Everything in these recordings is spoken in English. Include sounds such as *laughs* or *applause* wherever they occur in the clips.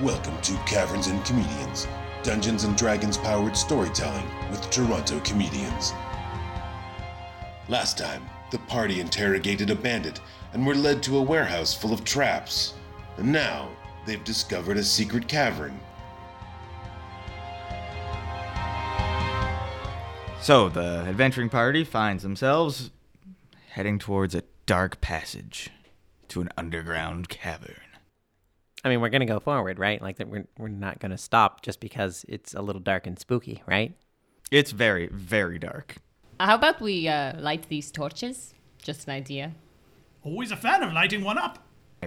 Welcome to Caverns and Comedians, Dungeons and Dragons powered storytelling with Toronto comedians. Last time, the party interrogated a bandit and were led to a warehouse full of traps. And now, they've discovered a secret cavern. So the adventuring party finds themselves heading towards a dark passage to an underground cavern. I mean, we're gonna go forward, right? Like that, we're we're not gonna stop just because it's a little dark and spooky, right? It's very, very dark. How about we uh, light these torches? Just an idea. Always a fan of lighting one up.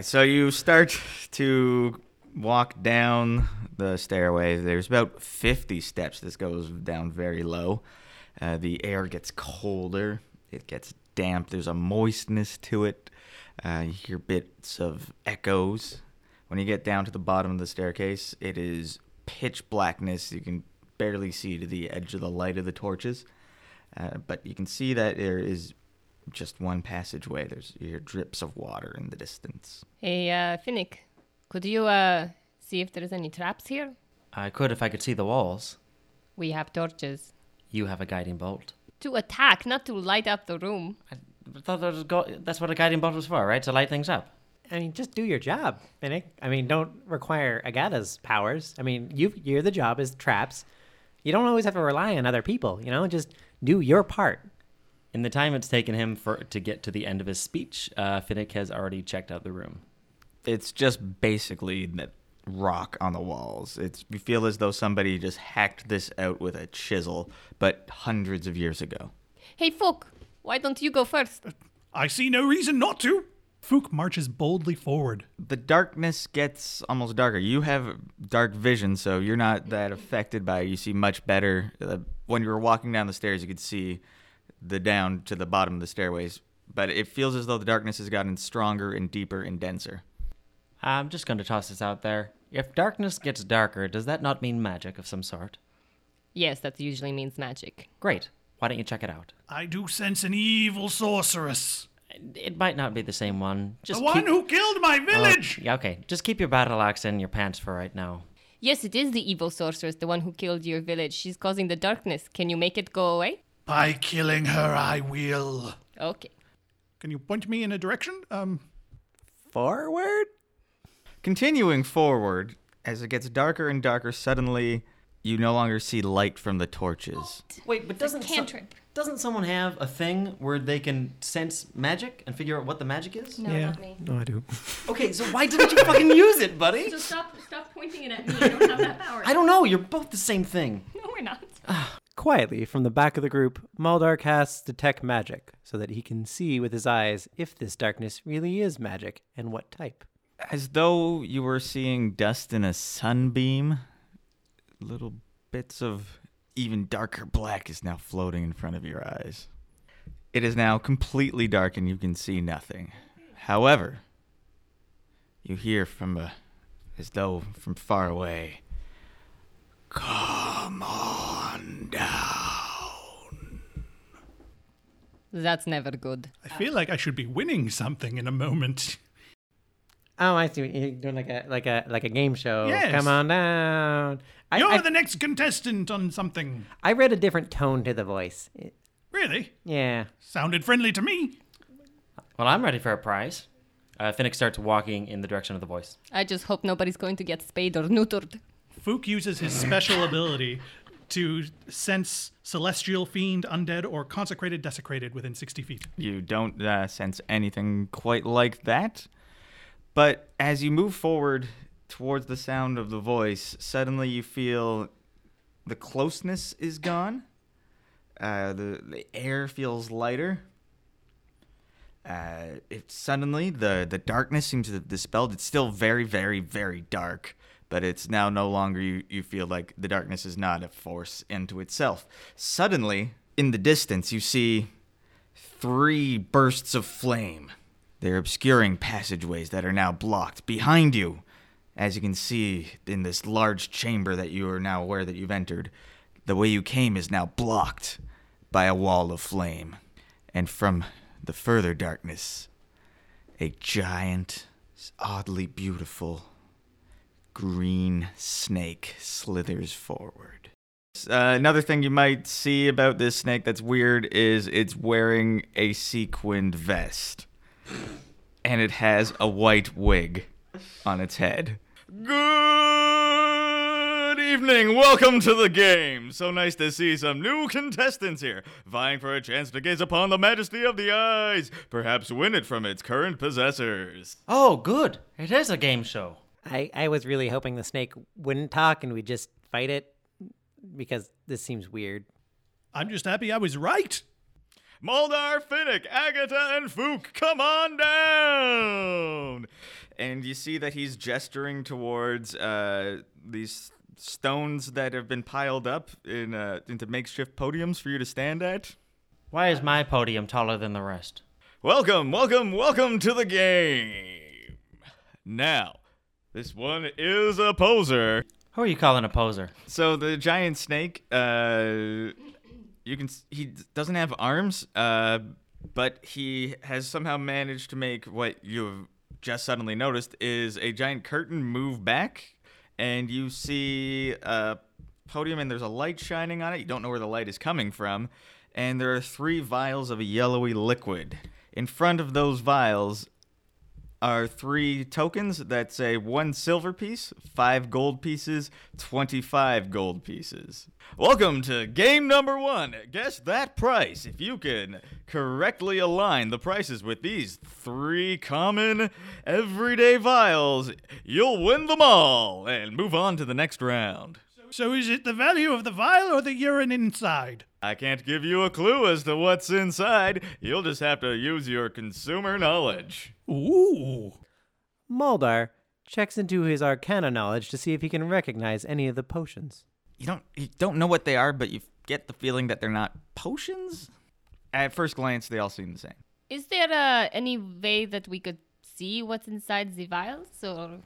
So you start to walk down the stairway. There's about 50 steps. This goes down very low. Uh, the air gets colder, it gets damp. There's a moistness to it. Uh, you hear bits of echoes. When you get down to the bottom of the staircase, it is pitch blackness. You can barely see to the edge of the light of the torches. Uh, but you can see that there is just one passageway. There's you hear drips of water in the distance. Hey, uh, Finnick, could you uh, see if there's any traps here? I could if I could see the walls. We have torches. You have a guiding bolt. To attack, not to light up the room. I thought that was go- that's what a guiding bolt was for, right? To light things up. I mean, just do your job, Finnick. I mean, don't require Agata's powers. I mean, you you're the job is traps. You don't always have to rely on other people. You know, just do your part. In the time it's taken him for to get to the end of his speech, uh, Finnick has already checked out the room. it's just basically that rock on the walls. It's you feel as though somebody just hacked this out with a chisel, but hundreds of years ago. Hey, Folk, why don't you go first? I see no reason not to. Fook marches boldly forward. The darkness gets almost darker. You have dark vision, so you're not that affected by it. You see much better. Uh, When you were walking down the stairs, you could see the down to the bottom of the stairways, but it feels as though the darkness has gotten stronger and deeper and denser. I'm just going to toss this out there. If darkness gets darker, does that not mean magic of some sort? Yes, that usually means magic. Great. Why don't you check it out? I do sense an evil sorceress. It might not be the same one. The Just one keep- who killed my Oh, village! yeah, okay. Just keep your battle axe in your pants for right now. Yes, it is the evil sorceress, the one who killed your village. She's causing the darkness. Can you make it go away? By killing her, I will. Okay. Can you point me in a direction? Um, Forward. Continuing forward, as it gets darker and darker, suddenly you no longer see light from the torches. Wait, but doesn't so- cantrip. doesn't someone have a thing where they can sense magic and figure out what the magic is? No, No, I do. Okay, so why didn't you fucking use it, buddy? stop, stop pointing it at me. I don't have *laughs* that power. I don't know. You're both the same thing. No, we're not. Quietly from the back of the group, Maldar casts Detect Magic so that he can see with his eyes if this darkness really is magic and what type. As though you were seeing dust in a sunbeam, little bits of even darker black is now floating in front of your eyes. It is now completely dark and you can see nothing. However, you hear from a, as though from far away, Come on down. That's never good. I feel like I should be winning something in a moment. Oh, I see. what You're doing like a like a like a game show. Yes. Come on down. I, You're I, the next contestant on something. I read a different tone to the voice. Really? Yeah. Sounded friendly to me. Well, I'm ready for a prize. Uh, Finnick starts walking in the direction of the voice. I just hope nobody's going to get spayed or neutered. Fook uses his special ability to sense celestial, fiend, undead, or consecrated, desecrated within 60 feet. You don't uh, sense anything quite like that. But as you move forward towards the sound of the voice, suddenly you feel the closeness is gone. Uh, the, the air feels lighter. Uh, it suddenly the, the darkness seems to have dispelled. It's still very, very, very dark, but it's now no longer you, you feel like the darkness is not a force into itself. Suddenly, in the distance, you see three bursts of flame. They're obscuring passageways that are now blocked behind you. As you can see in this large chamber that you are now aware that you've entered, the way you came is now blocked by a wall of flame. And from the further darkness, a giant, oddly beautiful green snake slithers forward. Uh, another thing you might see about this snake that's weird is it's wearing a sequined vest. And it has a white wig on its head. Good evening. Welcome to the game. So nice to see some new contestants here, vying for a chance to gaze upon the majesty of the eyes, perhaps win it from its current possessors. Oh, good. It is a game show. I, I was really hoping the snake wouldn't talk and we'd just fight it because this seems weird. I'm just happy I was right. Moldar, Finnick, Agatha, and Fook, come on down! And you see that he's gesturing towards uh, these stones that have been piled up in uh, into makeshift podiums for you to stand at. Why is my podium taller than the rest? Welcome, welcome, welcome to the game! Now, this one is a poser. Who are you calling a poser? So the giant snake, uh, you can s- he d- doesn't have arms, uh, but he has somehow managed to make what you've just suddenly noticed is a giant curtain move back, and you see a podium, and there's a light shining on it. You don't know where the light is coming from, and there are three vials of a yellowy liquid. In front of those vials are three tokens that say one silver piece, five gold pieces, 25 gold pieces. Welcome to game number one. Guess that price. If you can correctly align the prices with these three common everyday vials, you'll win them all and move on to the next round. So is it the value of the vial or the urine inside? I can't give you a clue as to what's inside. You'll just have to use your consumer knowledge. Ooh. Moldar checks into his arcana knowledge to see if he can recognize any of the potions. you don't you don't know what they are, but you get the feeling that they're not potions. At first glance, they all seem the same. Is there uh, any way that we could see what's inside the vials? Or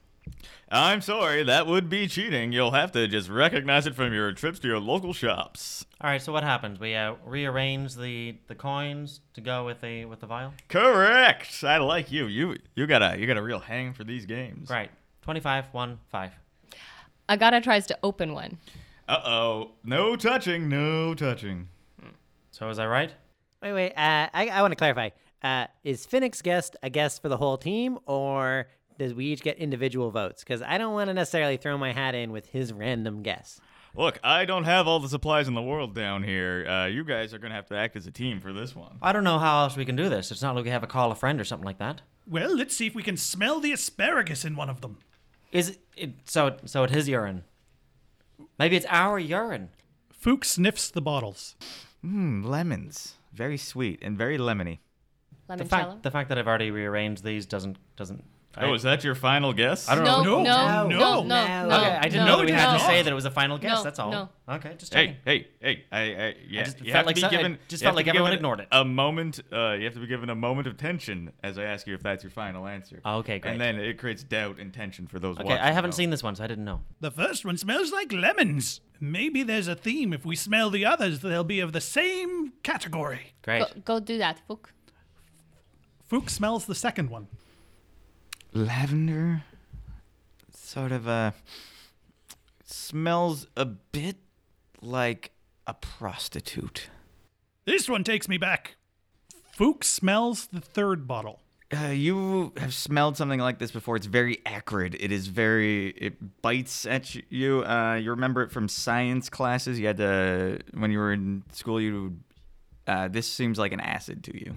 I'm sorry, that would be cheating. You'll have to just recognize it from your trips to your local shops. All right. So what happens? We uh, rearrange the the coins to go with the with the vial. Correct. I like you. You you got a you got a real hang for these games. Right. Twenty-five, one, five. Agata tries to open one. Uh oh. No touching. No touching. So is I right? Wait, wait. Uh, I, I want to clarify. Uh, is Finnick's guest a guest for the whole team, or does we each get individual votes? Because I don't want to necessarily throw my hat in with his random guess. Look, I don't have all the supplies in the world down here. Uh, you guys are gonna have to act as a team for this one. I don't know how else we can do this. It's not like we have a call a friend or something like that. Well, let's see if we can smell the asparagus in one of them. Is it, it so? It, so it is urine. Maybe it's our urine. Fook sniffs the bottles. Hmm, lemons. Very sweet and very lemony. The Lemoncello? fact the fact that I've already rearranged these doesn't doesn't. Oh, is that your final guess? I don't know. no, no, no, No, no, no, no, no. Okay, I didn't no, know that we no. had to say that it was a final guess. No, that's all. no. Okay, just checking. Hey, hey, hey! I, I, yeah. just you felt have like to so- be I given. just you felt have to like be everyone given ignored it. A moment. Uh, you have to be given a moment of tension as I ask you if that's your final answer. Okay, great. And then it creates doubt and tension for those. Okay, watching, I haven't though. seen this one, so I didn't know. The first one smells like lemons. Maybe there's a theme. If we smell the others, they'll be of the same category. Great. Go, go do that, Fook. Fook smells the second one. lavender. Sort of a smells a bit like a prostitute. This one takes me back. Fook smells the third bottle. Uh, you have smelled something like this before. It's very acrid. It is very. It bites at you. Uh, you remember it from science classes. You had to when you were in school. You. Uh, this seems like an acid to you.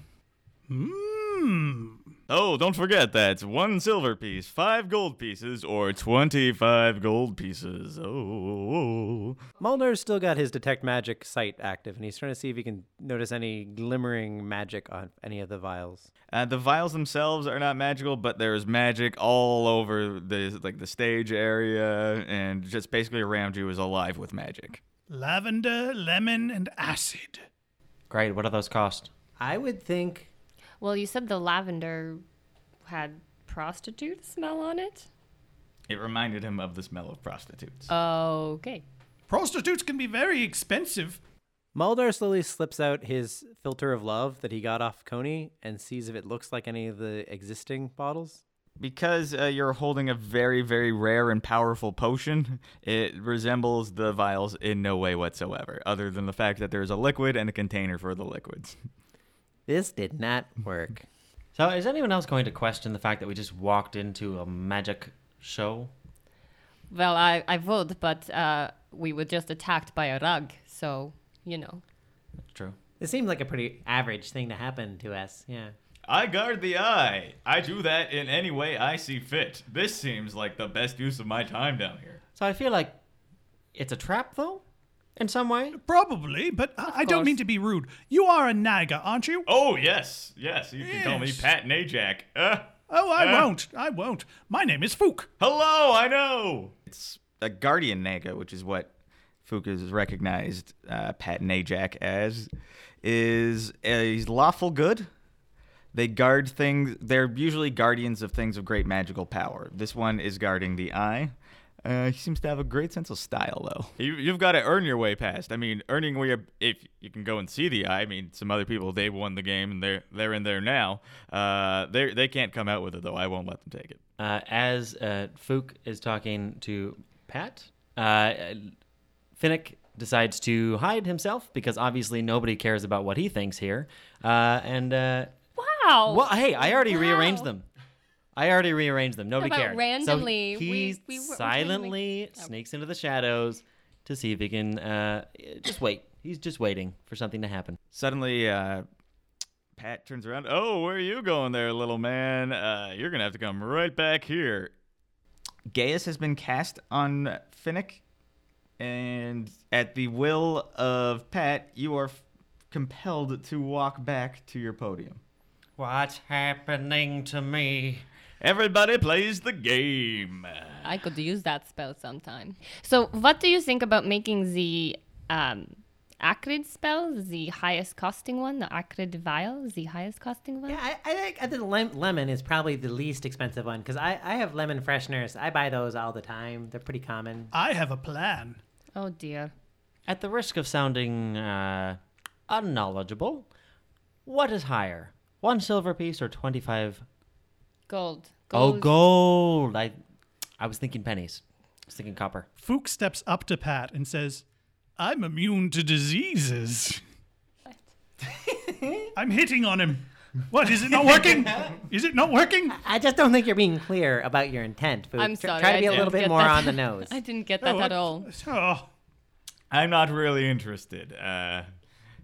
Mmm. Oh, don't forget that's one silver piece, five gold pieces, or twenty-five gold pieces. Oh. Mulder's still got his detect magic sight active, and he's trying to see if he can notice any glimmering magic on any of the vials. Uh, the vials themselves are not magical, but there's magic all over the like the stage area, and just basically around you is alive with magic. Lavender, lemon, and acid. Great. What do those cost? I would think. Well, you said the lavender had prostitute smell on it. It reminded him of the smell of prostitutes. Uh, Okay. Prostitutes can be very expensive. Mulder slowly slips out his filter of love that he got off Coney and sees if it looks like any of the existing bottles. because uh, you're holding a very, very rare and powerful potion, it resembles the vials in no way whatsoever, other than the fact that there is a liquid and a container for the liquids. This did not work. So, is anyone else going to question the fact that we just walked into a magic show? Well, I, I would, but uh, we were just attacked by a rug, so, you know. True. It seemed like a pretty average thing to happen to us. Yeah. I guard the eye. I do that in any way I see fit. This seems like the best use of my time down here. So, I feel like it's a trap, though, in some way. Probably, but I, I don't course. mean to be rude. You are a Naga, aren't you? Oh, yes, yes, you can call me Yes. Pat Najak. Uh, Oh, I Uh. won't. I won't. My name is Fook. hello, I know. It's a guardian Naga, which is what Fuka's recognized uh, Pat Najak as, is uh, he's lawful good. They guard things. They're usually guardians of things of great magical power. This one is guarding the eye. Uh, he seems to have a great sense of style, though. You, you've got to earn your way past. I mean, earning where you, if you can go and see the eye. I mean, some other people they won the game and they're they're in there now. Uh, they they can't come out with it though. I won't let them take it. Uh, as uh, Fook is talking to Pat, uh, Finnick decides to hide himself because obviously nobody cares about what he thinks here. Uh, and uh, Wow! well, hey, I already Oh, Wow. rearranged them. I already rearranged them. Nobody about cared. So randomly, he we- oh. we were- we're silently randomly- sneaks into the shadows to see if he can uh, just wait. He's just waiting for something to happen. Suddenly, uh, Pat turns around. around. Oh, where are you going there, little man? Uh, you're gonna have to come right back here. Gaius has been cast on Finnick, and at the will of Pat, you are f- compelled to walk back to your podium. What's happening to me? Everybody plays the game. I could use that spell sometime. So, what do you think about making the um, Acrid spell the highest costing one, the Acrid Vial, the highest costing one? Yeah, I, I think I think lem- lemon is probably the least expensive one because I, I have lemon fresheners. I buy those all the time. They're pretty common. I have a plan. Oh dear. At the risk of sounding uh, unknowledgeable, what is higher? One silver piece or 25? Gold. Oh, gold. I, I was thinking pennies. I was thinking copper. Fook steps up to Pat and says, I'm immune to diseases. I'm hitting on him. What? Is it not working? Is it not working? I just don't think you're being clear about your intent. Fook. I'm Tr- sorry. Try to I be a didn't little bit get more that. on the nose. *laughs* I didn't get that at all. Oh, I'm not really interested. Uh,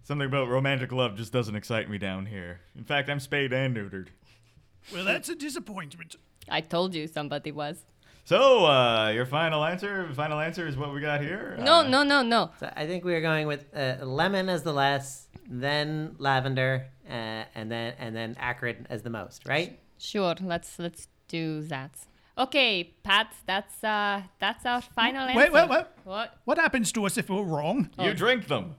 something about romantic love just doesn't excite me down here. In fact, I'm spayed and neutered. well, that's a disappointment. I told you somebody was. So, uh, your final answer, final answer is what we got here. No, Uh, no, no, no. So I think we are going with uh, lemon as the less, then lavender, uh, and then and then acrid as the most. Right? Sure, let's let's do that. Okay, Pat, that's uh that's our final Wait, answer. wait, wait. What? What happens to us if we're wrong? you drink them.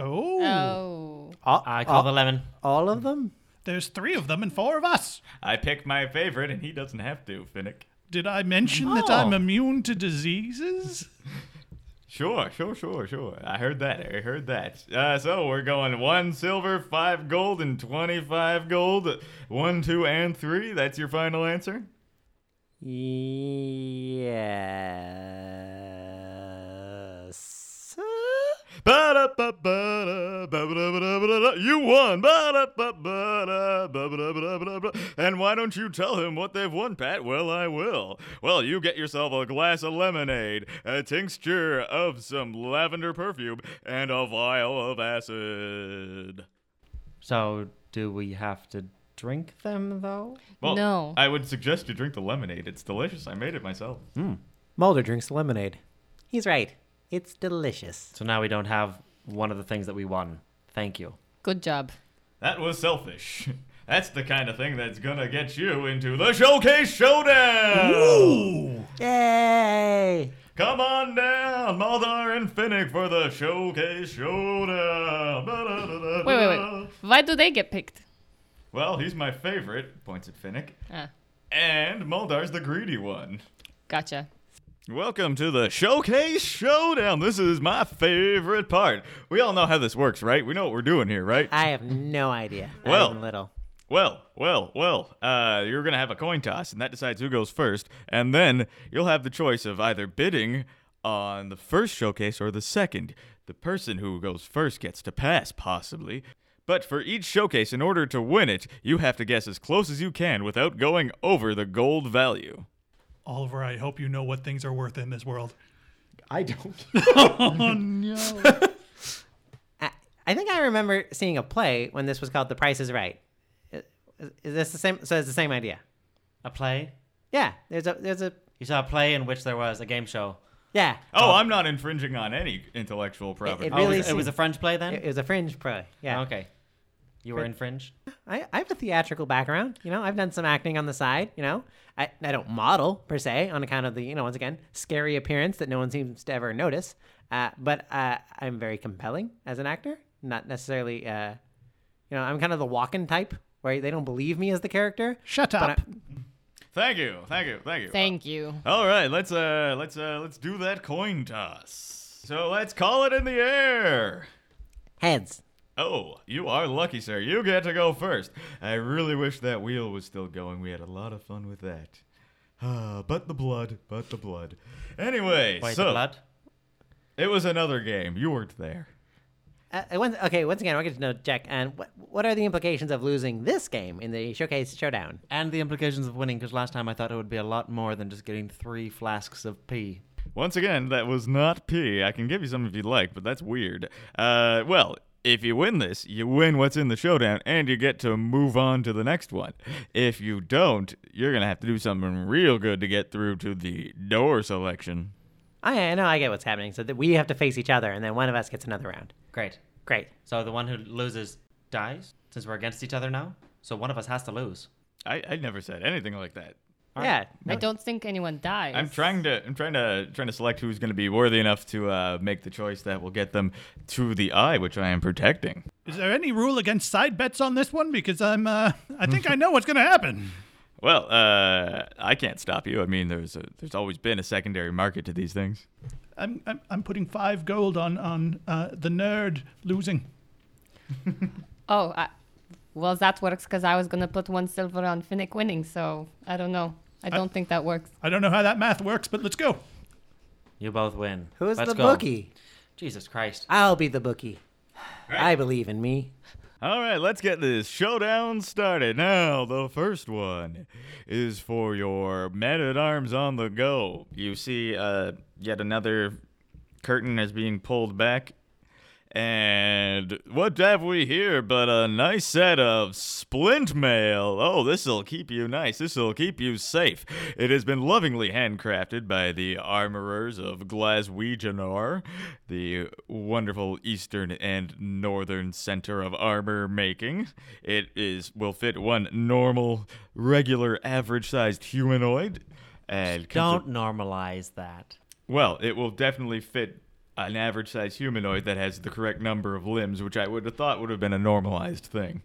Oh, Oh. All, I call the lemon. all of them. there's three of them and four of us. I pick my favorite, and he doesn't have to. Finnick. Did I mention that I'm Oh. immune to diseases? Sure, sure, sure, sure. I heard that. I heard that. Uh, so we're going one silver, five gold, and twenty-five gold. One, two, and three. That's your final answer. Yes. Ba-da-ba-ba-da, ba-ba-da-ba-da-ba-da. You won. Ba-da-ba-ba-da, ba-ba-da-ba-da-ba-da. And why don't you tell him what they've won, Pat? Well, I will. Well, you get yourself a glass of lemonade, a tincture of some lavender perfume, and a vial of acid. So, do we have to drink them, though? Well, No. I would suggest you drink the lemonade. It's delicious. I made it myself. Mulder drinks lemonade. He's right. It's delicious. So now we don't have one of the things that we won. Thank you. Good job. That was selfish. That's the kind of thing that's gonna get you into the showcase showdown. Yay! Come on down, Maldar and Finnick for the showcase showdown. Ba-da-da-da-da. Wait, wait, wait. Why do they get picked? Well, he's my favorite. Points at Finnick. Ah, And Maldar's the greedy one. gotcha. Welcome to the Showcase Showdown. This is my favorite part. We all know how this works, right? We know what we're doing here, right? I have no idea. Not Well- even little. Well, well, well. Uh, you're gonna have a coin toss, and that decides who goes first. And then you'll have the choice of either bidding on the first showcase or the second. The person who goes first gets to pass, possibly. But for each showcase, in order to win it, you have to guess as close as you can without going over the gold value. Oliver, I hope you know what things are worth in this world. I don't. I, I think I remember seeing a play when this was called The Price is Right. Is, is this the same? So it's the same idea. A play? Yeah, there's a there's a You saw a play in which there was a game show. yeah. Oh, I'm not infringing on any intellectual property. it Oh, really it, was, it was a French play then? It, it was a fringe play. Yeah. Okay. You were in Fringe? I, I have a theatrical background. You know, I've done some acting on the side. You know, I, I don't model per se on account of the, you know, once again, scary appearance that no one seems to ever notice. Uh, but uh, I'm very compelling as an actor. Not necessarily, uh, you know, I'm kind of the walking type where they don't believe me as the character. Shut but up. I- Thank you, thank you, thank you. Thank you. All right, let's uh, let's uh, let's do that coin toss. So let's call it in the air. heads. Oh, you are lucky, sir. You get to go first. I really wish that wheel was still going. We had a lot of fun with that. Ah, but the blood, but the blood. Anyway, Wait, so the blood? it was another game. You weren't there. Uh, uh, once, okay, once again, I will get to know Jack. And what, what are the implications of losing this game in the showcase showdown? And the implications of winning, because last time I thought it would be a lot more than just getting three flasks of pee. Once again, that was not P. I can give you some if you'd like, but that's weird. Uh, well, if you win this, you win what's in the showdown, and you get to move on to the next one. If you don't, you're gonna have to do something real good to get through to the door selection. Oh, yeah, I know I get what's happening. So that we have to face each other, and then one of us gets another round. Great. Great. So the one who loses dies, since we're against each other now. So one of us has to lose. I, I never said anything like that. yeah. I don't think anyone dies. I'm trying to I'm trying to trying to select who's gonna be worthy enough to uh, make the choice that will get them to the eye, which I am protecting. Is there any rule against side bets on this one? Because I'm, uh, I think I know what's going to *laughs* happen. Well, uh, I can't stop you. I mean, there's a, there's always been a secondary market to these things. I'm, I'm, I'm putting five gold on on uh, the nerd losing. Oh, I, well, that works because I was going to put one silver on Finnick winning, so I don't know. I don't think that works. I don't know how that math works, but let's go. You both win. Who's Let's the go. bookie? Jesus Christ. I'll be the bookie. I believe in me. All right, let's get this showdown started. Now, the first one is for your men at arms on the go. You see, uh, yet another curtain is being pulled back. And what have we here but a nice set of splint mail? Oh, this'll keep you nice. This'll keep you safe. It has been lovingly handcrafted by the armorers of Glaswegianor, the wonderful eastern and northern center of armor making. It is will fit one normal, regular, average-sized humanoid. And consi- Don't normalize that. well, it will definitely fit an average sized humanoid that has the correct number of limbs, which I would have thought would have been a normalized thing.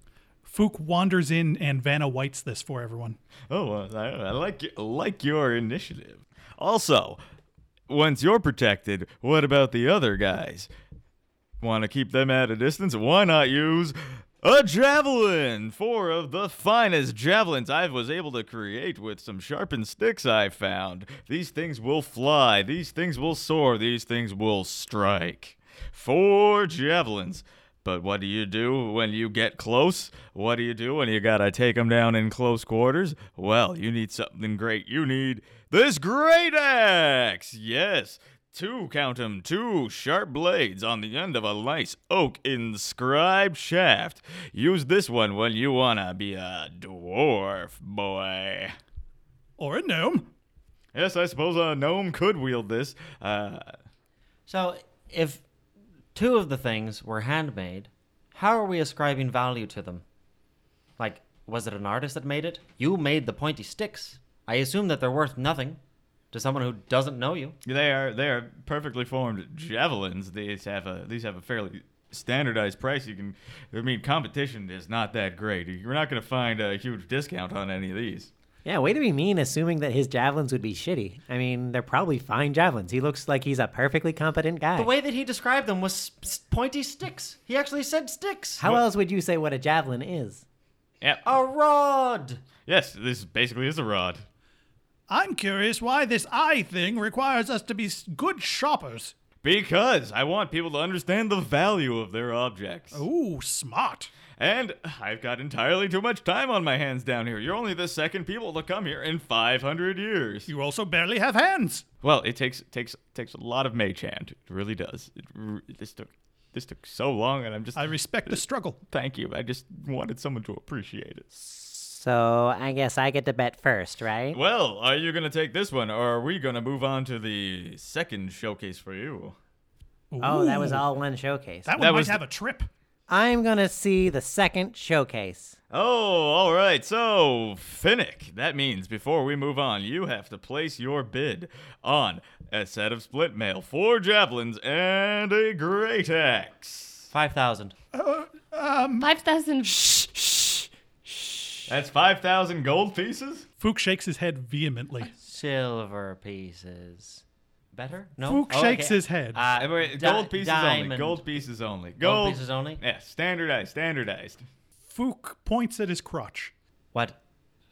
Fook wanders in and Vanna whites this for everyone. Oh, well, I, I like y- like your initiative. Also, once you're protected, what about the other guys? Want to keep them at a distance? Why not use a javelin? Four of the finest javelins I was able to create with some sharpened sticks I found. These things will fly, these things will soar, these things will strike. Four javelins. But what do you do when you get close? What do you do when you gotta take them down in close quarters? Well, you need something great. You need this great axe! Yes! Two, count 'em, two sharp blades on the end of a nice oak inscribed shaft. Use this one when you wanna be a dwarf boy. Or a gnome. Yes, I suppose a gnome could wield this. Uh, So if two of the things were handmade, how are we ascribing value to them? Like, was it an artist that made it? You made the pointy sticks. I assume that they're worth nothing to someone who doesn't know you. They are they are perfectly formed javelins. These have a these have a fairly standardized price. You can I mean competition is not that great. You're not going to find a huge discount on any of these. Yeah, way to be mean assuming that his javelins would be shitty. I mean, they're probably fine javelins. He looks like he's a perfectly competent guy. The way that he described them was s- s- pointy sticks. He actually said sticks. How else would you say what a javelin is? Yeah. A rod. Oh. Yes, this basically is a rod. I'm curious why this eye thing requires us to be s- good shoppers. Because I want people to understand the value of their objects. Ooh, smart. And I've got entirely too much time on my hands down here. You're only the second people to come here in 500 years. You also barely have hands. Well, it takes takes takes a lot of mage hand. It really does. It, r- this took this took so long, and I'm just I respect the struggle. thank you. I just wanted someone to appreciate it. So I guess I get to bet first, right? Well, are you gonna take this one, or are we gonna move on to the second showcase for you? Oh, that was Ooh. all one showcase. That one That might was- have a trip. I'm gonna see the second showcase. Oh, all right. So, Finnick, that means before we move on, you have to place your bid on a set of split mail, four javelins, and a great axe. Five thousand. Mm. Five thousand. That's 5,000 gold pieces? Fook shakes his head vehemently. Silver pieces. Better? No. Fook Oh, shakes okay. his head. Uh, Uh, wait, di- gold pieces only. diamond. Gold pieces only. Gold, pieces only? Yeah, standardized, standardized. Fook points at his crotch. What?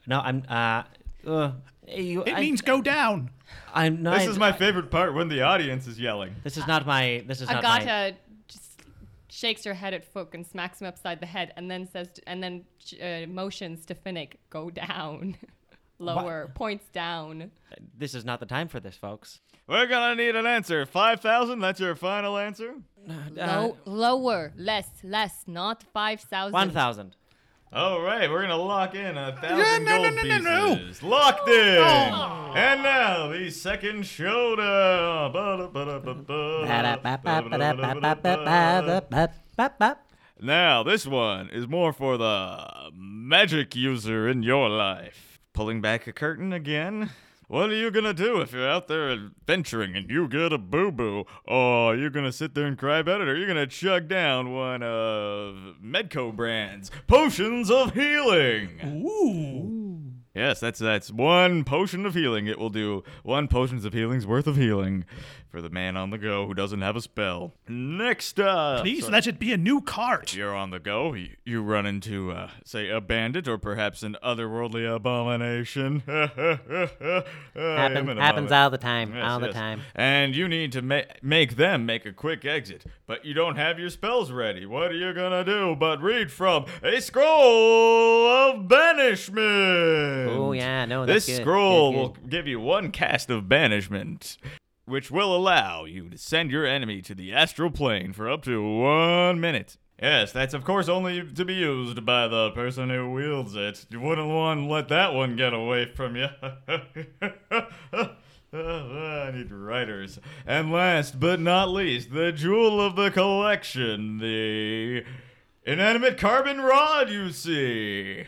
No, I'm. Uh, uh, you, It *laughs* I, means go down. I'm not. This is my favorite part when the audience is yelling. This is not my. This is not my. Agata just shakes her head at Fook and smacks him upside the head, and then says, and then uh, motions to Finnick, "Go down, *laughs* lower, points down." This is not the time for this, folks. We're gonna need an answer. 5,000, that's your final answer? Uh, Low, lower, less, less, not five thousand. One thousand. All right, we're gonna lock in a thousand no, no, gold no, no, no. Oh. pieces. Locked in. And now the second showdown. Ba-da-ba-ba-ba-ba-ba-ba-ba-ba. Now this one is more for the magic user in your life. Pulling back a curtain again. What are you gonna do if you're out there adventuring and you get a boo boo? Oh, you're gonna sit there and cry about it, or you're gonna chug down one of Medco Brand's potions of healing. Yes, that's that's one potion of healing. It will do one potions of healing's worth of healing for the man on the go who doesn't have a spell. Next up, Please sorry. let it be a new cart. If you're on the go, you, you run into, uh, say, a bandit or perhaps an otherworldly abomination. *laughs* Happen, Happens, happens all the time, Yes, all the yes. time. And you need to ma- make them make a quick exit, but you don't have your spells ready. What are you gonna do but read from a scroll of banishment? Oh yeah, no, that's This good, good, scroll good. will give you one cast of banishment, which will allow you to send your enemy to the astral plane for up to one minute. Yes, that's of course only to be used by the person who wields it. You wouldn't want to let that one get away from you. *laughs* I need writers. And last but not least, the jewel of the collection, the inanimate carbon rod you see.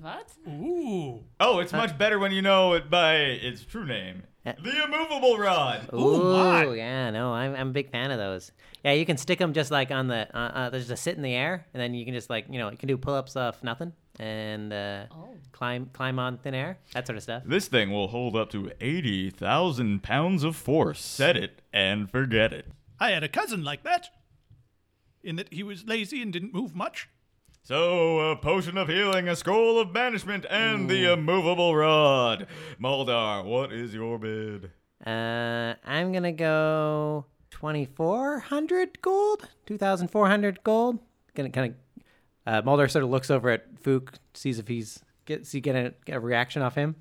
What? Ooh. Oh, it's much better when you know it by its true name. The immovable rod. Oh. Ooh, my. Ooh, yeah, no, I'm, I'm a big fan of those. Yeah, you can stick them just like on the, uh, uh, there's just sit in the air, and then you can just like, you know, you can do pull ups off nothing and uh, Oh. climb climb on thin air, that sort of stuff. This thing will hold up to 80,000 pounds of force. Set it and forget it. I had a cousin like that. In that he was lazy and didn't move much. So, a potion of healing, a scroll of banishment, and the immovable rod. Moldar, what is your bid? Uh, I'm gonna go 2,400 gold, 2,400 gold. Gonna kind of, uh, Mulder sort of looks over at Fook, sees if he's get see get a, get a reaction off him.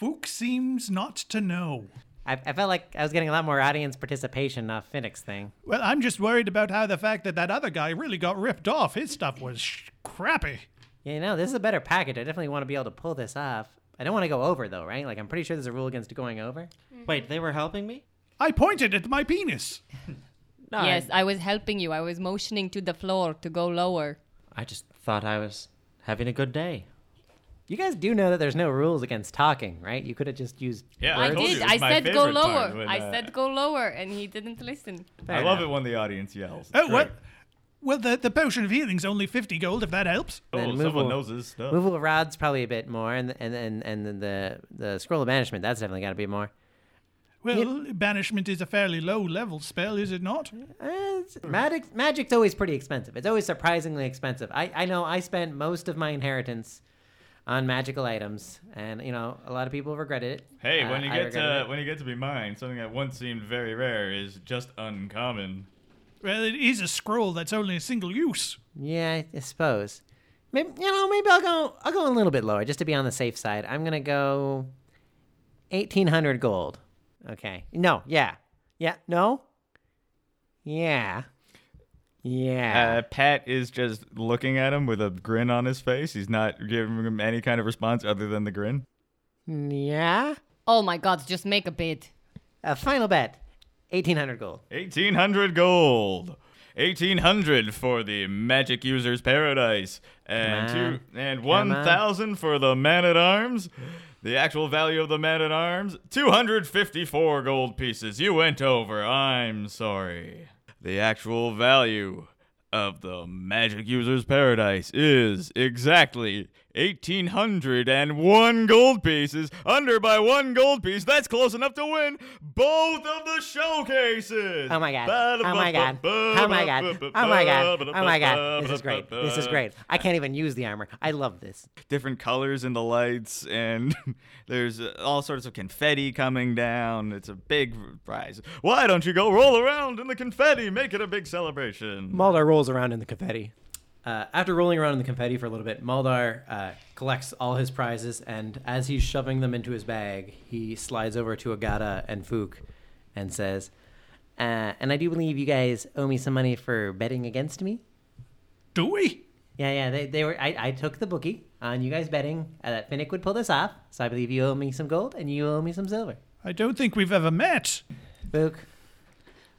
Fook seems not to know. I, I felt like I was getting a lot more audience participation off Phoenix thing. Well, I'm just worried about how the fact that that other guy really got ripped off. His stuff was sh- crappy. Yeah, you know, this is a better package. I definitely want to be able to pull this off. I don't want to go over though, right? Like I'm pretty sure there's a rule against going over. Wait, they were helping me. I pointed at my penis. No, I- Yes, I was helping you. I was motioning to the floor to go lower. I just thought I was having a good day. You guys do know that there's no rules against talking, right? You could have just used. Yeah, I, told you, did. it's I my said go favorite part lower. when, I uh, said go lower, and he didn't listen. I love it when the audience yells. It's Oh, what? great. Well, the, the potion of healing's only 50 gold, if that helps. Oh, Then someone movable- knows this stuff. Movable rod's probably a bit more, and and and and then the the scroll of management that's definitely got to be more. Well, banishment is a fairly low level spell, is it not? Eh, it's- Hmm. magic, magic's always pretty expensive. It's always surprisingly expensive. I, I know I spent most of my inheritance on magical items, and you know a lot of people regretted it. Hey, Uh, when you I get regretted to it. when you get to be mine, something that once seemed very rare is just uncommon. Well, it is a scroll that's only a single use. yeah, I- I suppose. Maybe you know maybe I'll go I'll go a little bit lower just to be on the safe side. I'm gonna go eighteen hundred gold. Okay. No. Yeah. Yeah. No. Yeah. Yeah. Uh, Pat is just looking at him with a grin on his face. He's not giving him any kind of response other than the grin. yeah. Oh my god, just make a bid. A final bet. Eighteen hundred gold. 1800 gold. 1800 for the magic user's paradise and Come on. two and on. 1000 for the man at arms. The actual value of the man at arms 254 gold pieces. You went over. I'm sorry. The actual value of the magic user's paradise is exactly 1801 gold pieces under by one gold piece that's close enough to win both of the showcases Oh my god. Oh my god. Oh my god. Oh my god. Oh my god. This is great. This is great. I can't even use the armor. I love this. different colors in the lights, and *laughs* there's uh, all sorts of confetti coming down. It's a big prize. Why don't you go roll around in the confetti? Make it a big celebration. Maldar rolls around in the confetti. Uh, after rolling around in the confetti for a little bit, Maldar uh, collects all his prizes, and as he's shoving them into his bag, he slides over to Agata and Fook and says, uh, And I do believe you guys owe me some money for betting against me. Do we? Yeah, yeah, they, they were. I, I took the bookie on you guys betting uh, that Finnick would pull this off, so I believe you owe me some gold and you owe me some silver. I don't think we've ever met. Book.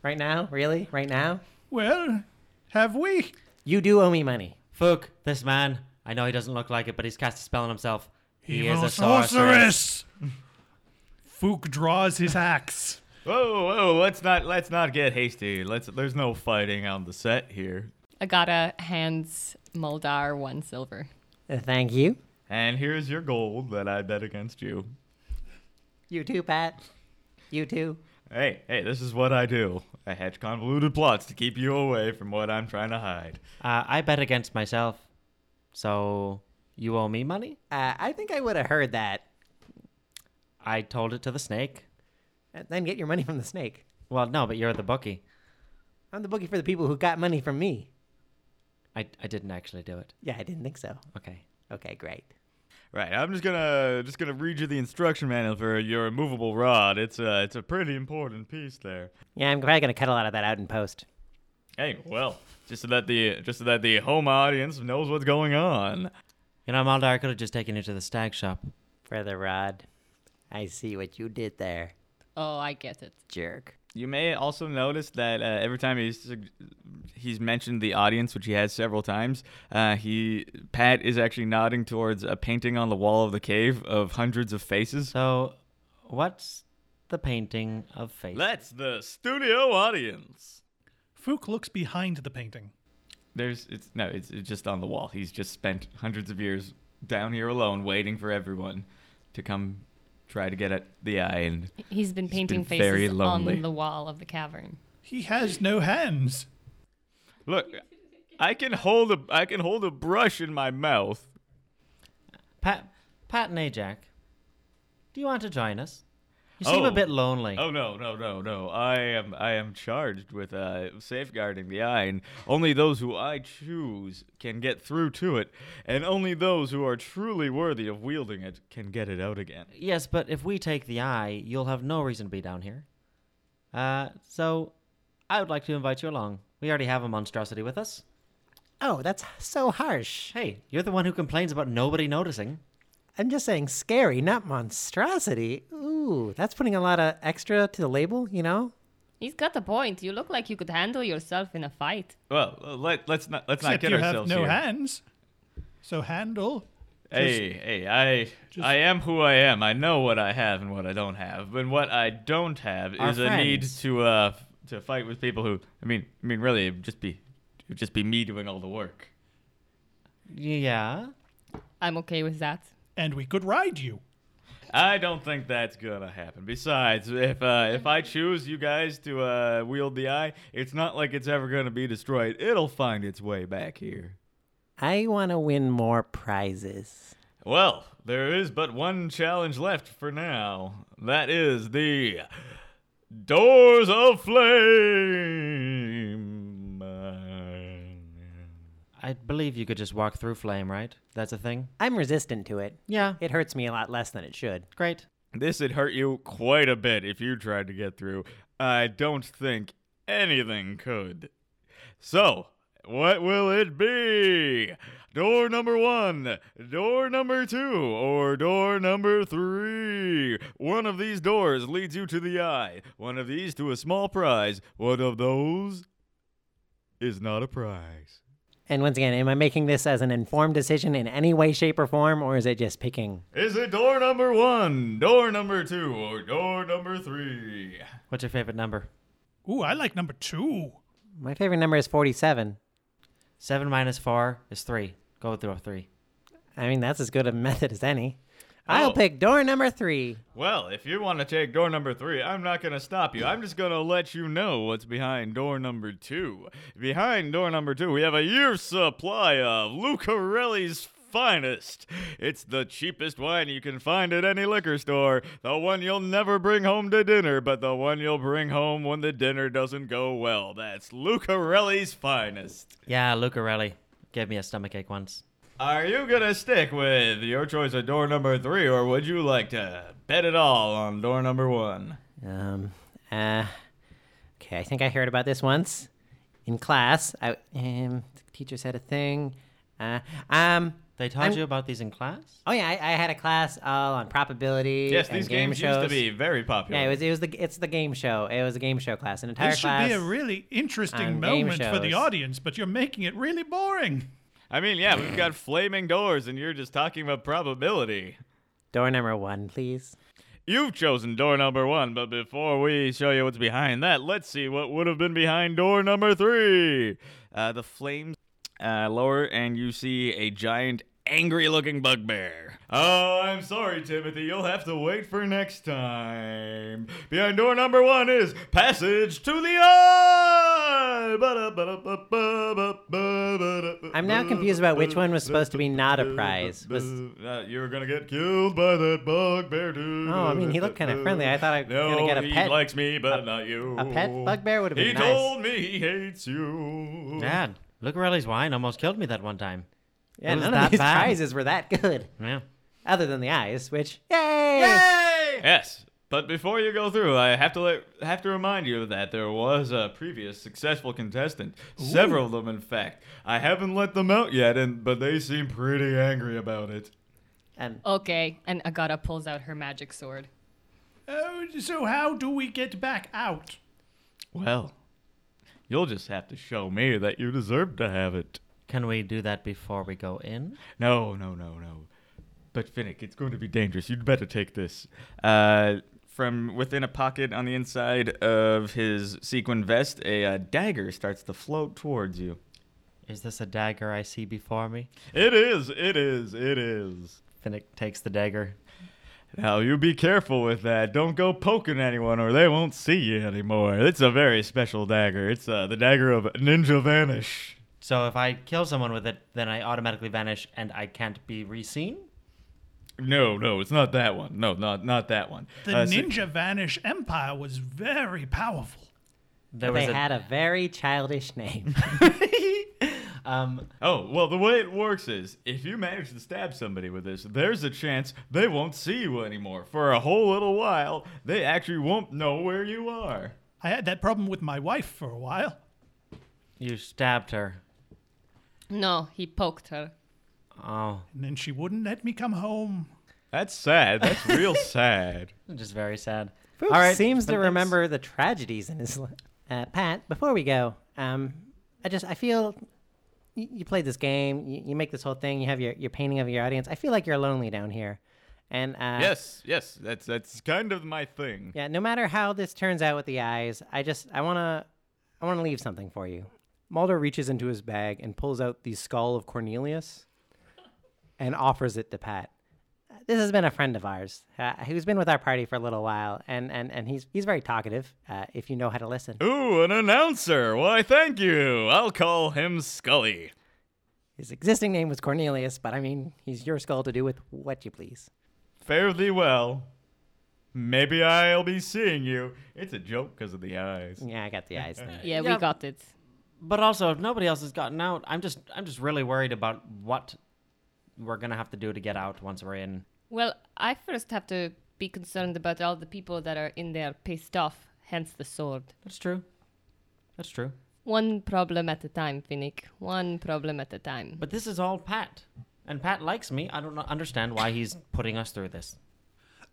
Right now? Really? Right now? Well, have we? You do owe me money. Fook, this man. I know he doesn't look like it, but he's cast a spell on himself. He Evil is a sorceress. sorceress. *laughs* Fook draws his axe. Whoa, whoa! Let's not let's not get hasty. Let's. There's no fighting on the set here. Agata hands Muldar one silver. Uh, thank you. And here's your gold that I bet against you. You too, Pat. You too. Hey, hey, this is what I do. I hatch convoluted plots to keep you away from what I'm trying to hide. Uh, I bet against myself. So you owe me money? Uh, I think I would have heard that. I told it to the snake. And Uh, then get your money from the snake. Well, no, but you're the bookie. I'm the bookie for the people who got money from me. I, I didn't actually do it. Yeah, I didn't think so. Okay. Okay, great. Right, I'm just gonna just gonna read you the instruction manual for your immovable rod. It's a it's a pretty important piece there. Yeah, I'm probably going to cut a lot of that out in post. Hey, well, just so that the just so that the home audience knows what's going on. You know, Maldar, I could have just taken you to the stag shop. For the rod. I see what you did there, Oh, I get it. jerk. You may also notice that uh, every time he's sug- he's mentioned the audience, which he has several times, uh, he Pat is actually nodding towards a painting on the wall of the cave of hundreds of faces. So, what's the painting of face? That's the studio audience. Fook looks behind the painting. There's it's no, it's, it's just on the wall. He's just spent hundreds of years down here alone, waiting for everyone to come try to get at the eye. And He's been been painting very faces lonely. on the wall of the cavern. He has no hands. look, I can hold a I can hold a brush in my mouth. Pat, Pat and Ajak, do you want to join us? You seem Oh. a bit lonely. Oh no, no, no, no! I am I am charged with uh, safeguarding the eye, and only those who I choose can get through to it, and only those who are truly worthy of wielding it can get it out again. Yes, but if we take the eye, you'll have no reason to be down here. Uh, so, I would like to invite you along. We already have a monstrosity with us. Oh, that's so harsh. Hey, you're the one who complains about nobody noticing. I'm just saying scary, not monstrosity. Ooh, that's putting a lot of extra to the label, you know? He's got the point. You look like you could handle yourself in a fight. Well, let let's not let's not Except get you have ourselves no here. hands. So handle. Hey, hey, I I am who I am. I know what I have and what I don't have. And what I don't have Our is a need friends. to uh f- to fight with people who I mean I mean really it'd just be it would just be me doing all the work. Yeah. I'm okay with that. And we could ride you. I don't think that's gonna happen. Besides, if uh, if I choose you guys to uh, wield the eye, it's not like it's ever gonna be destroyed. It'll find its way back here. I want to win more prizes. Well, there is but one challenge left for now. That is the Doors of Flame. I believe you could just walk through flame, right? That's a thing. I'm resistant to it. Yeah. It hurts me a lot less than it should. Great. This would hurt you quite a bit if you tried to get through. I don't think anything could. So, what will it be? Door number one, door number two, or door number three? One of these doors leads you to the eye, one of these to a small prize, one of those is not a prize. And once again, am I making this as an informed decision in any way, shape, or form, or is it just picking? Is it door number one, door number two, or door number three? What's your favorite number? Ooh, I like number two. My favorite number is 47. Seven minus four is three. Go through a three. I mean, that's as good a *laughs* method as any. I'll Oh. pick door number three. Well, if you want to take door number three, I'm not going to stop you. I'm just going to let you know what's behind door number two. Behind door number two, we have a year's supply of Lucarelli's finest. It's the cheapest wine you can find at any liquor store. The one you'll never bring home to dinner, but the one you'll bring home when the dinner doesn't go well. That's Lucarelli's finest. Yeah, Lucarelli gave me a stomachache once. Are you going to stick with your choice of door number three, or would you like to bet it all on door number one? Um, uh, okay, I think I heard about this once in class. I, um, the teacher said a thing. Uh, um, They taught I'm- you about these in class? oh yeah, I, I had a class all on probability. Yes, and these game games shows. used to be very popular. Yeah, it was. It was the. It's the game show. It was a game show class. An entire This should class. be a really interesting on game moment for the shows. audience, but you're making it really boring. I mean, yeah, we've got flaming doors, and you're just talking about probability. door number one, please. You've chosen door number one, but before we show you what's behind that, let's see what would have been behind door number three. Uh, the flames uh, lower, and you see a giant, angry looking bugbear. Oh, I'm sorry, Timothy. You'll have to wait for next time. Behind door number one is Passage to the Eye! Ba-da-ba-da-ba-ba-ba-ba-da-ba- I'm now confused about which one was supposed to be not a prize. Was Uh, you were gonna get killed by that bugbear, dude. Oh, I mean, he looked kinda friendly. I thought I was no, gonna get a he pet- likes me, but not you. a pet bugbear would've He been nice. told me he hates you. Dad, Lucarelli's wine almost killed me that one time. yeah, was none that of *laughs* these bad. prizes were that good, Yeah. other than the eyes, which yay! Yes, but before you go through, I have to let, have to remind you that there was a previous successful contestant. Several of them, in fact. I haven't let them out yet, and but they seem pretty angry about it. And Okay, and Agata pulls out her magic sword. Oh, so how do we get back out? Well, you'll just have to show me that you deserve to have it. Can we do that before we go in? No, no, no, no. But Finnick, it's going to be dangerous. You'd better take this. Uh, from within a pocket on the inside of his sequin vest, a uh, dagger starts to float towards you. Is this a dagger I see before me? It is, it is, it is. Finnick takes the dagger. Now you be careful with that. Don't go poking anyone, or they won't see you anymore. It's a very special dagger. It's uh, the dagger of Ninja Vanish. So if I kill someone with it, then I automatically vanish and I can't be re-seen? No, no, it's not that one. No, not not that one. The Uh, so- Ninja Vanish Empire was very powerful. There they had a very childish name. um, Oh, well, the way it works is if you manage to stab somebody with this, there's a chance they won't see you anymore. For a whole little while, they actually won't know where you are. I had that problem with my wife for a while. you stabbed her. No, he poked her. Oh, And then she wouldn't let me come home. That's sad. That's *laughs* real sad. just very sad. Fuchs All right, seems to but remember the tragedies in his life. Uh, Pat, before we go, um, I just I feel you, you played this game, you, you make this whole thing, you have your, your painting of your audience. I feel like you're lonely down here, and uh, Yes, yes, that's that's kind of my thing. yeah. No matter how this turns out with the eyes, I just I wanna I wanna leave something for you. Mulder reaches into his bag and pulls out the skull of Cornelius, and offers it to Pat. this has been a friend of ours uh, who's been with our party for a little while, and and and he's he's very talkative. Uh, if you know how to listen, Ooh, an announcer. Why, thank you. I'll call him Scully. his existing name was Cornelius, but I mean, he's your skull to do with what you please. Fare thee well. Maybe I'll be seeing you. It's a joke because of the eyes. Yeah, I got the eyes. thing. Yeah, Yeah. we got it. But also, if nobody else has gotten out, I'm just I'm just really worried about what we're gonna have to do to get out once we're in. Well, I first have to be concerned about all the people that are in there pissed off, hence the sword. That's true. That's true. One problem at a time, Finnick. One problem at a time. But this is all Pat, and Pat likes me. I don't understand why he's putting us through this.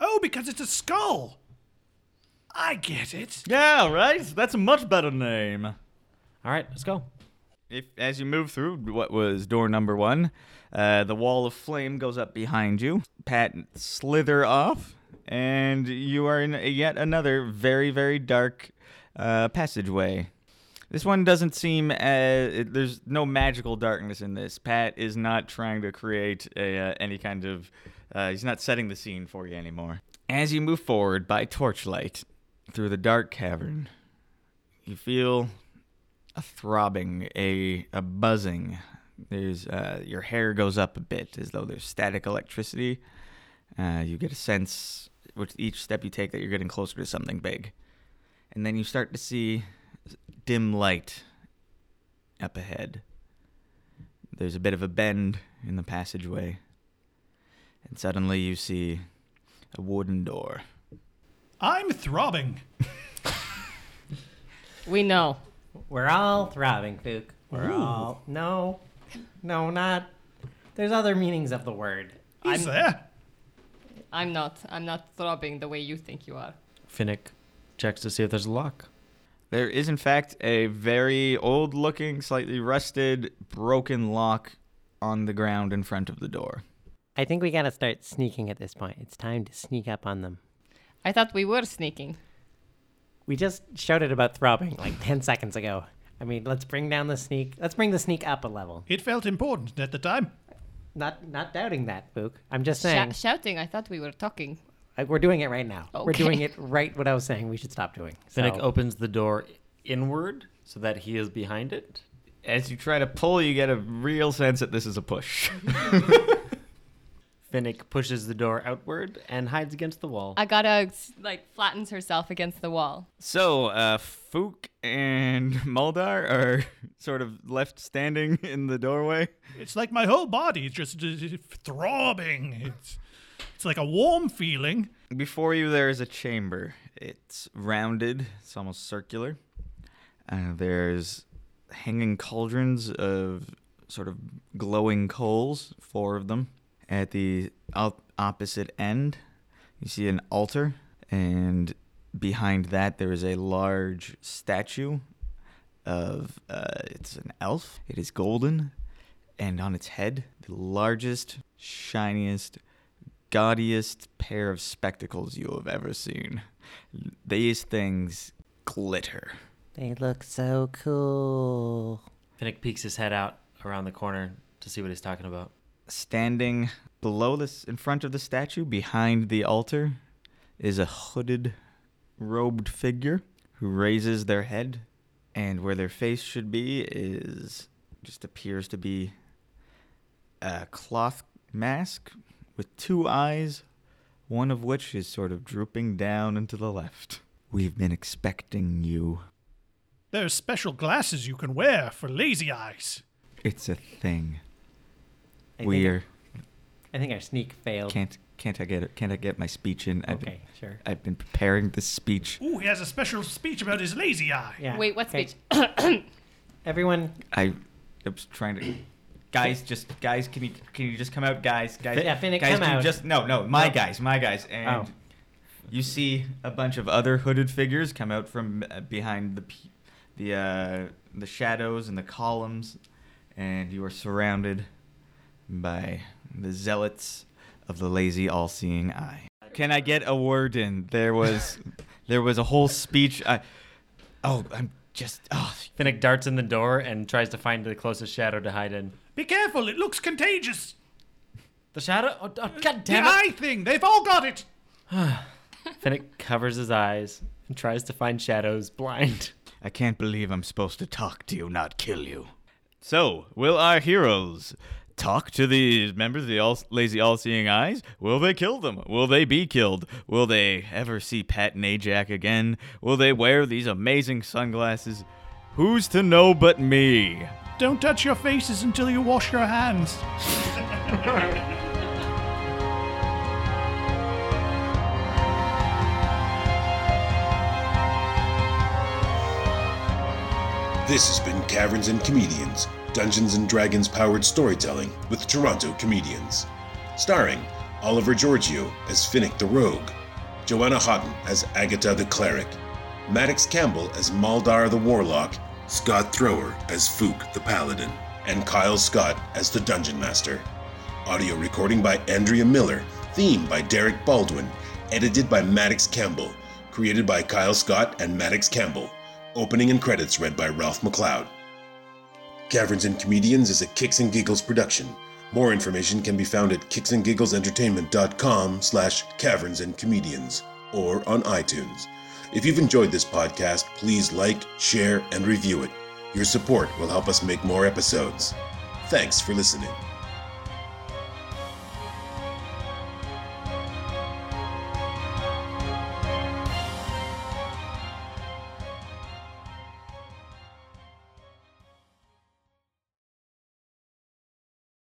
Oh, because it's a skull. I get it. Yeah, right? That's a much better name. All right, let's go. If as you move through what was door number one, uh, the wall of flame goes up behind you. Pat slither off, and you are in yet another very very dark uh, passageway. This one doesn't seem as it, there's no magical darkness in this. Pat is not trying to create a, uh, any kind of. Uh, he's not setting the scene for you anymore. As you move forward by torchlight through the dark cavern, you feel a throbbing, a a buzzing. There's uh, your hair goes up a bit as though there's static electricity. Uh, you get a sense with each step you take that you're getting closer to something big, and then you start to see dim light up ahead. There's a bit of a bend in the passageway, and suddenly you see a wooden door. I'm throbbing. We know. *laughs* We're all throbbing, Fook. We're all no, no, not. There's other meanings of the word. He's there. I'm not. I'm not throbbing the way you think you are. Finnick checks to see if there's a lock. There is, in fact, a very old looking, slightly rusted, broken lock on the ground in front of the door. I think we gotta start sneaking at this point. It's time to sneak up on them. I thought we were sneaking. We just shouted about throbbing like ten seconds ago. I mean, let's bring down the sneak. Let's bring the sneak up a level. It felt important at the time. Not, not doubting that, Fook. I'm just saying Sh- shouting. I thought we were talking. like, we're doing it right now. We're Okay. doing it right. What I was saying, we should stop doing. So, Finnick opens the door inward so that he is behind it. As you try to pull, you get a real sense that this is a push. *laughs* Finnick pushes the door outward and hides against the wall. Agata like flattens herself against the wall. so, uh, Fook and Muldar are *laughs* sort of left standing in the doorway. It's like my whole body is just uh, throbbing. It's it's like a warm feeling. Before you, there is a chamber. It's rounded, it's almost circular. Uh, there's hanging cauldrons of sort of glowing coals, four of them. At the op- opposite end, you see an altar, and behind that, there is a large statue of uh, it's an elf. It is golden, and on its head, the largest, shiniest, gaudiest pair of spectacles you have ever seen. These things glitter. they look so cool. Finnick peeks his head out around the corner to see what he's talking about. Standing below this, in front of the statue, behind the altar, is a hooded, robed figure who raises their head, and where their face should be is just appears to be a cloth mask with two eyes, one of which is sort of drooping down and to the left. We've been expecting you. There are special glasses you can wear for lazy eyes. It's a thing. I Think, We're I think our sneak failed. can't can't I get can't I get my speech in? I've been, Okay, sure. I've been preparing this speech. Ooh, he has a special speech about his lazy eye. Yeah. Wait, what okay. speech? *coughs* Everyone, I I was trying to. Guys, just guys, can you can you just come out, guys? Guys, Yeah, Finnick, guys, come can you out. Just no, no, my No. guys, my guys, and Oh. you see a bunch of other hooded figures come out from uh, behind the p- the uh, the shadows and the columns, and you are surrounded by the zealots of the lazy, all-seeing eye. Can I get a word in? There *laughs* was there was a whole speech. I, oh, I'm just oh, Finnick darts in the door and tries to find the closest shadow to hide in. Be careful, it looks contagious. The shadow. Oh, oh, God The damn it! eye thing. They've all got it. Finnick covers his eyes and tries to find shadows blind. I can't believe I'm supposed to talk to you, not kill you. So, will our heroes talk to these members of the all, lazy, all-seeing eyes? Will they kill them? Will they be killed? Will they ever see Pat Najak again? Will they wear these amazing sunglasses? Who's to know but me? Don't touch your faces until you wash your hands. This has been Caverns and Comedians, Dungeons and Dragons powered storytelling with Toronto comedians. Starring Oliver Giorgio as Finnick the Rogue, Joanna Houghton as Agatha the Cleric, Maddox Campbell as Maldar the Warlock, Scott Thrower as Fook the Paladin, and Kyle Scott as the Dungeon Master. Audio recording by Andrea Miller, theme by Derek Baldwin, edited by Maddox Campbell, created by Kyle Scott and Maddox Campbell. Opening and credits read by Ralph McLeod. Caverns and Comedians is a Kicks and Giggles production. More information can be found at kicksandgigglesentertainment.com slash caverns and comedians or on iTunes. If you've enjoyed this podcast, please like, share, and review it. Your support will help us make more episodes. Thanks for listening.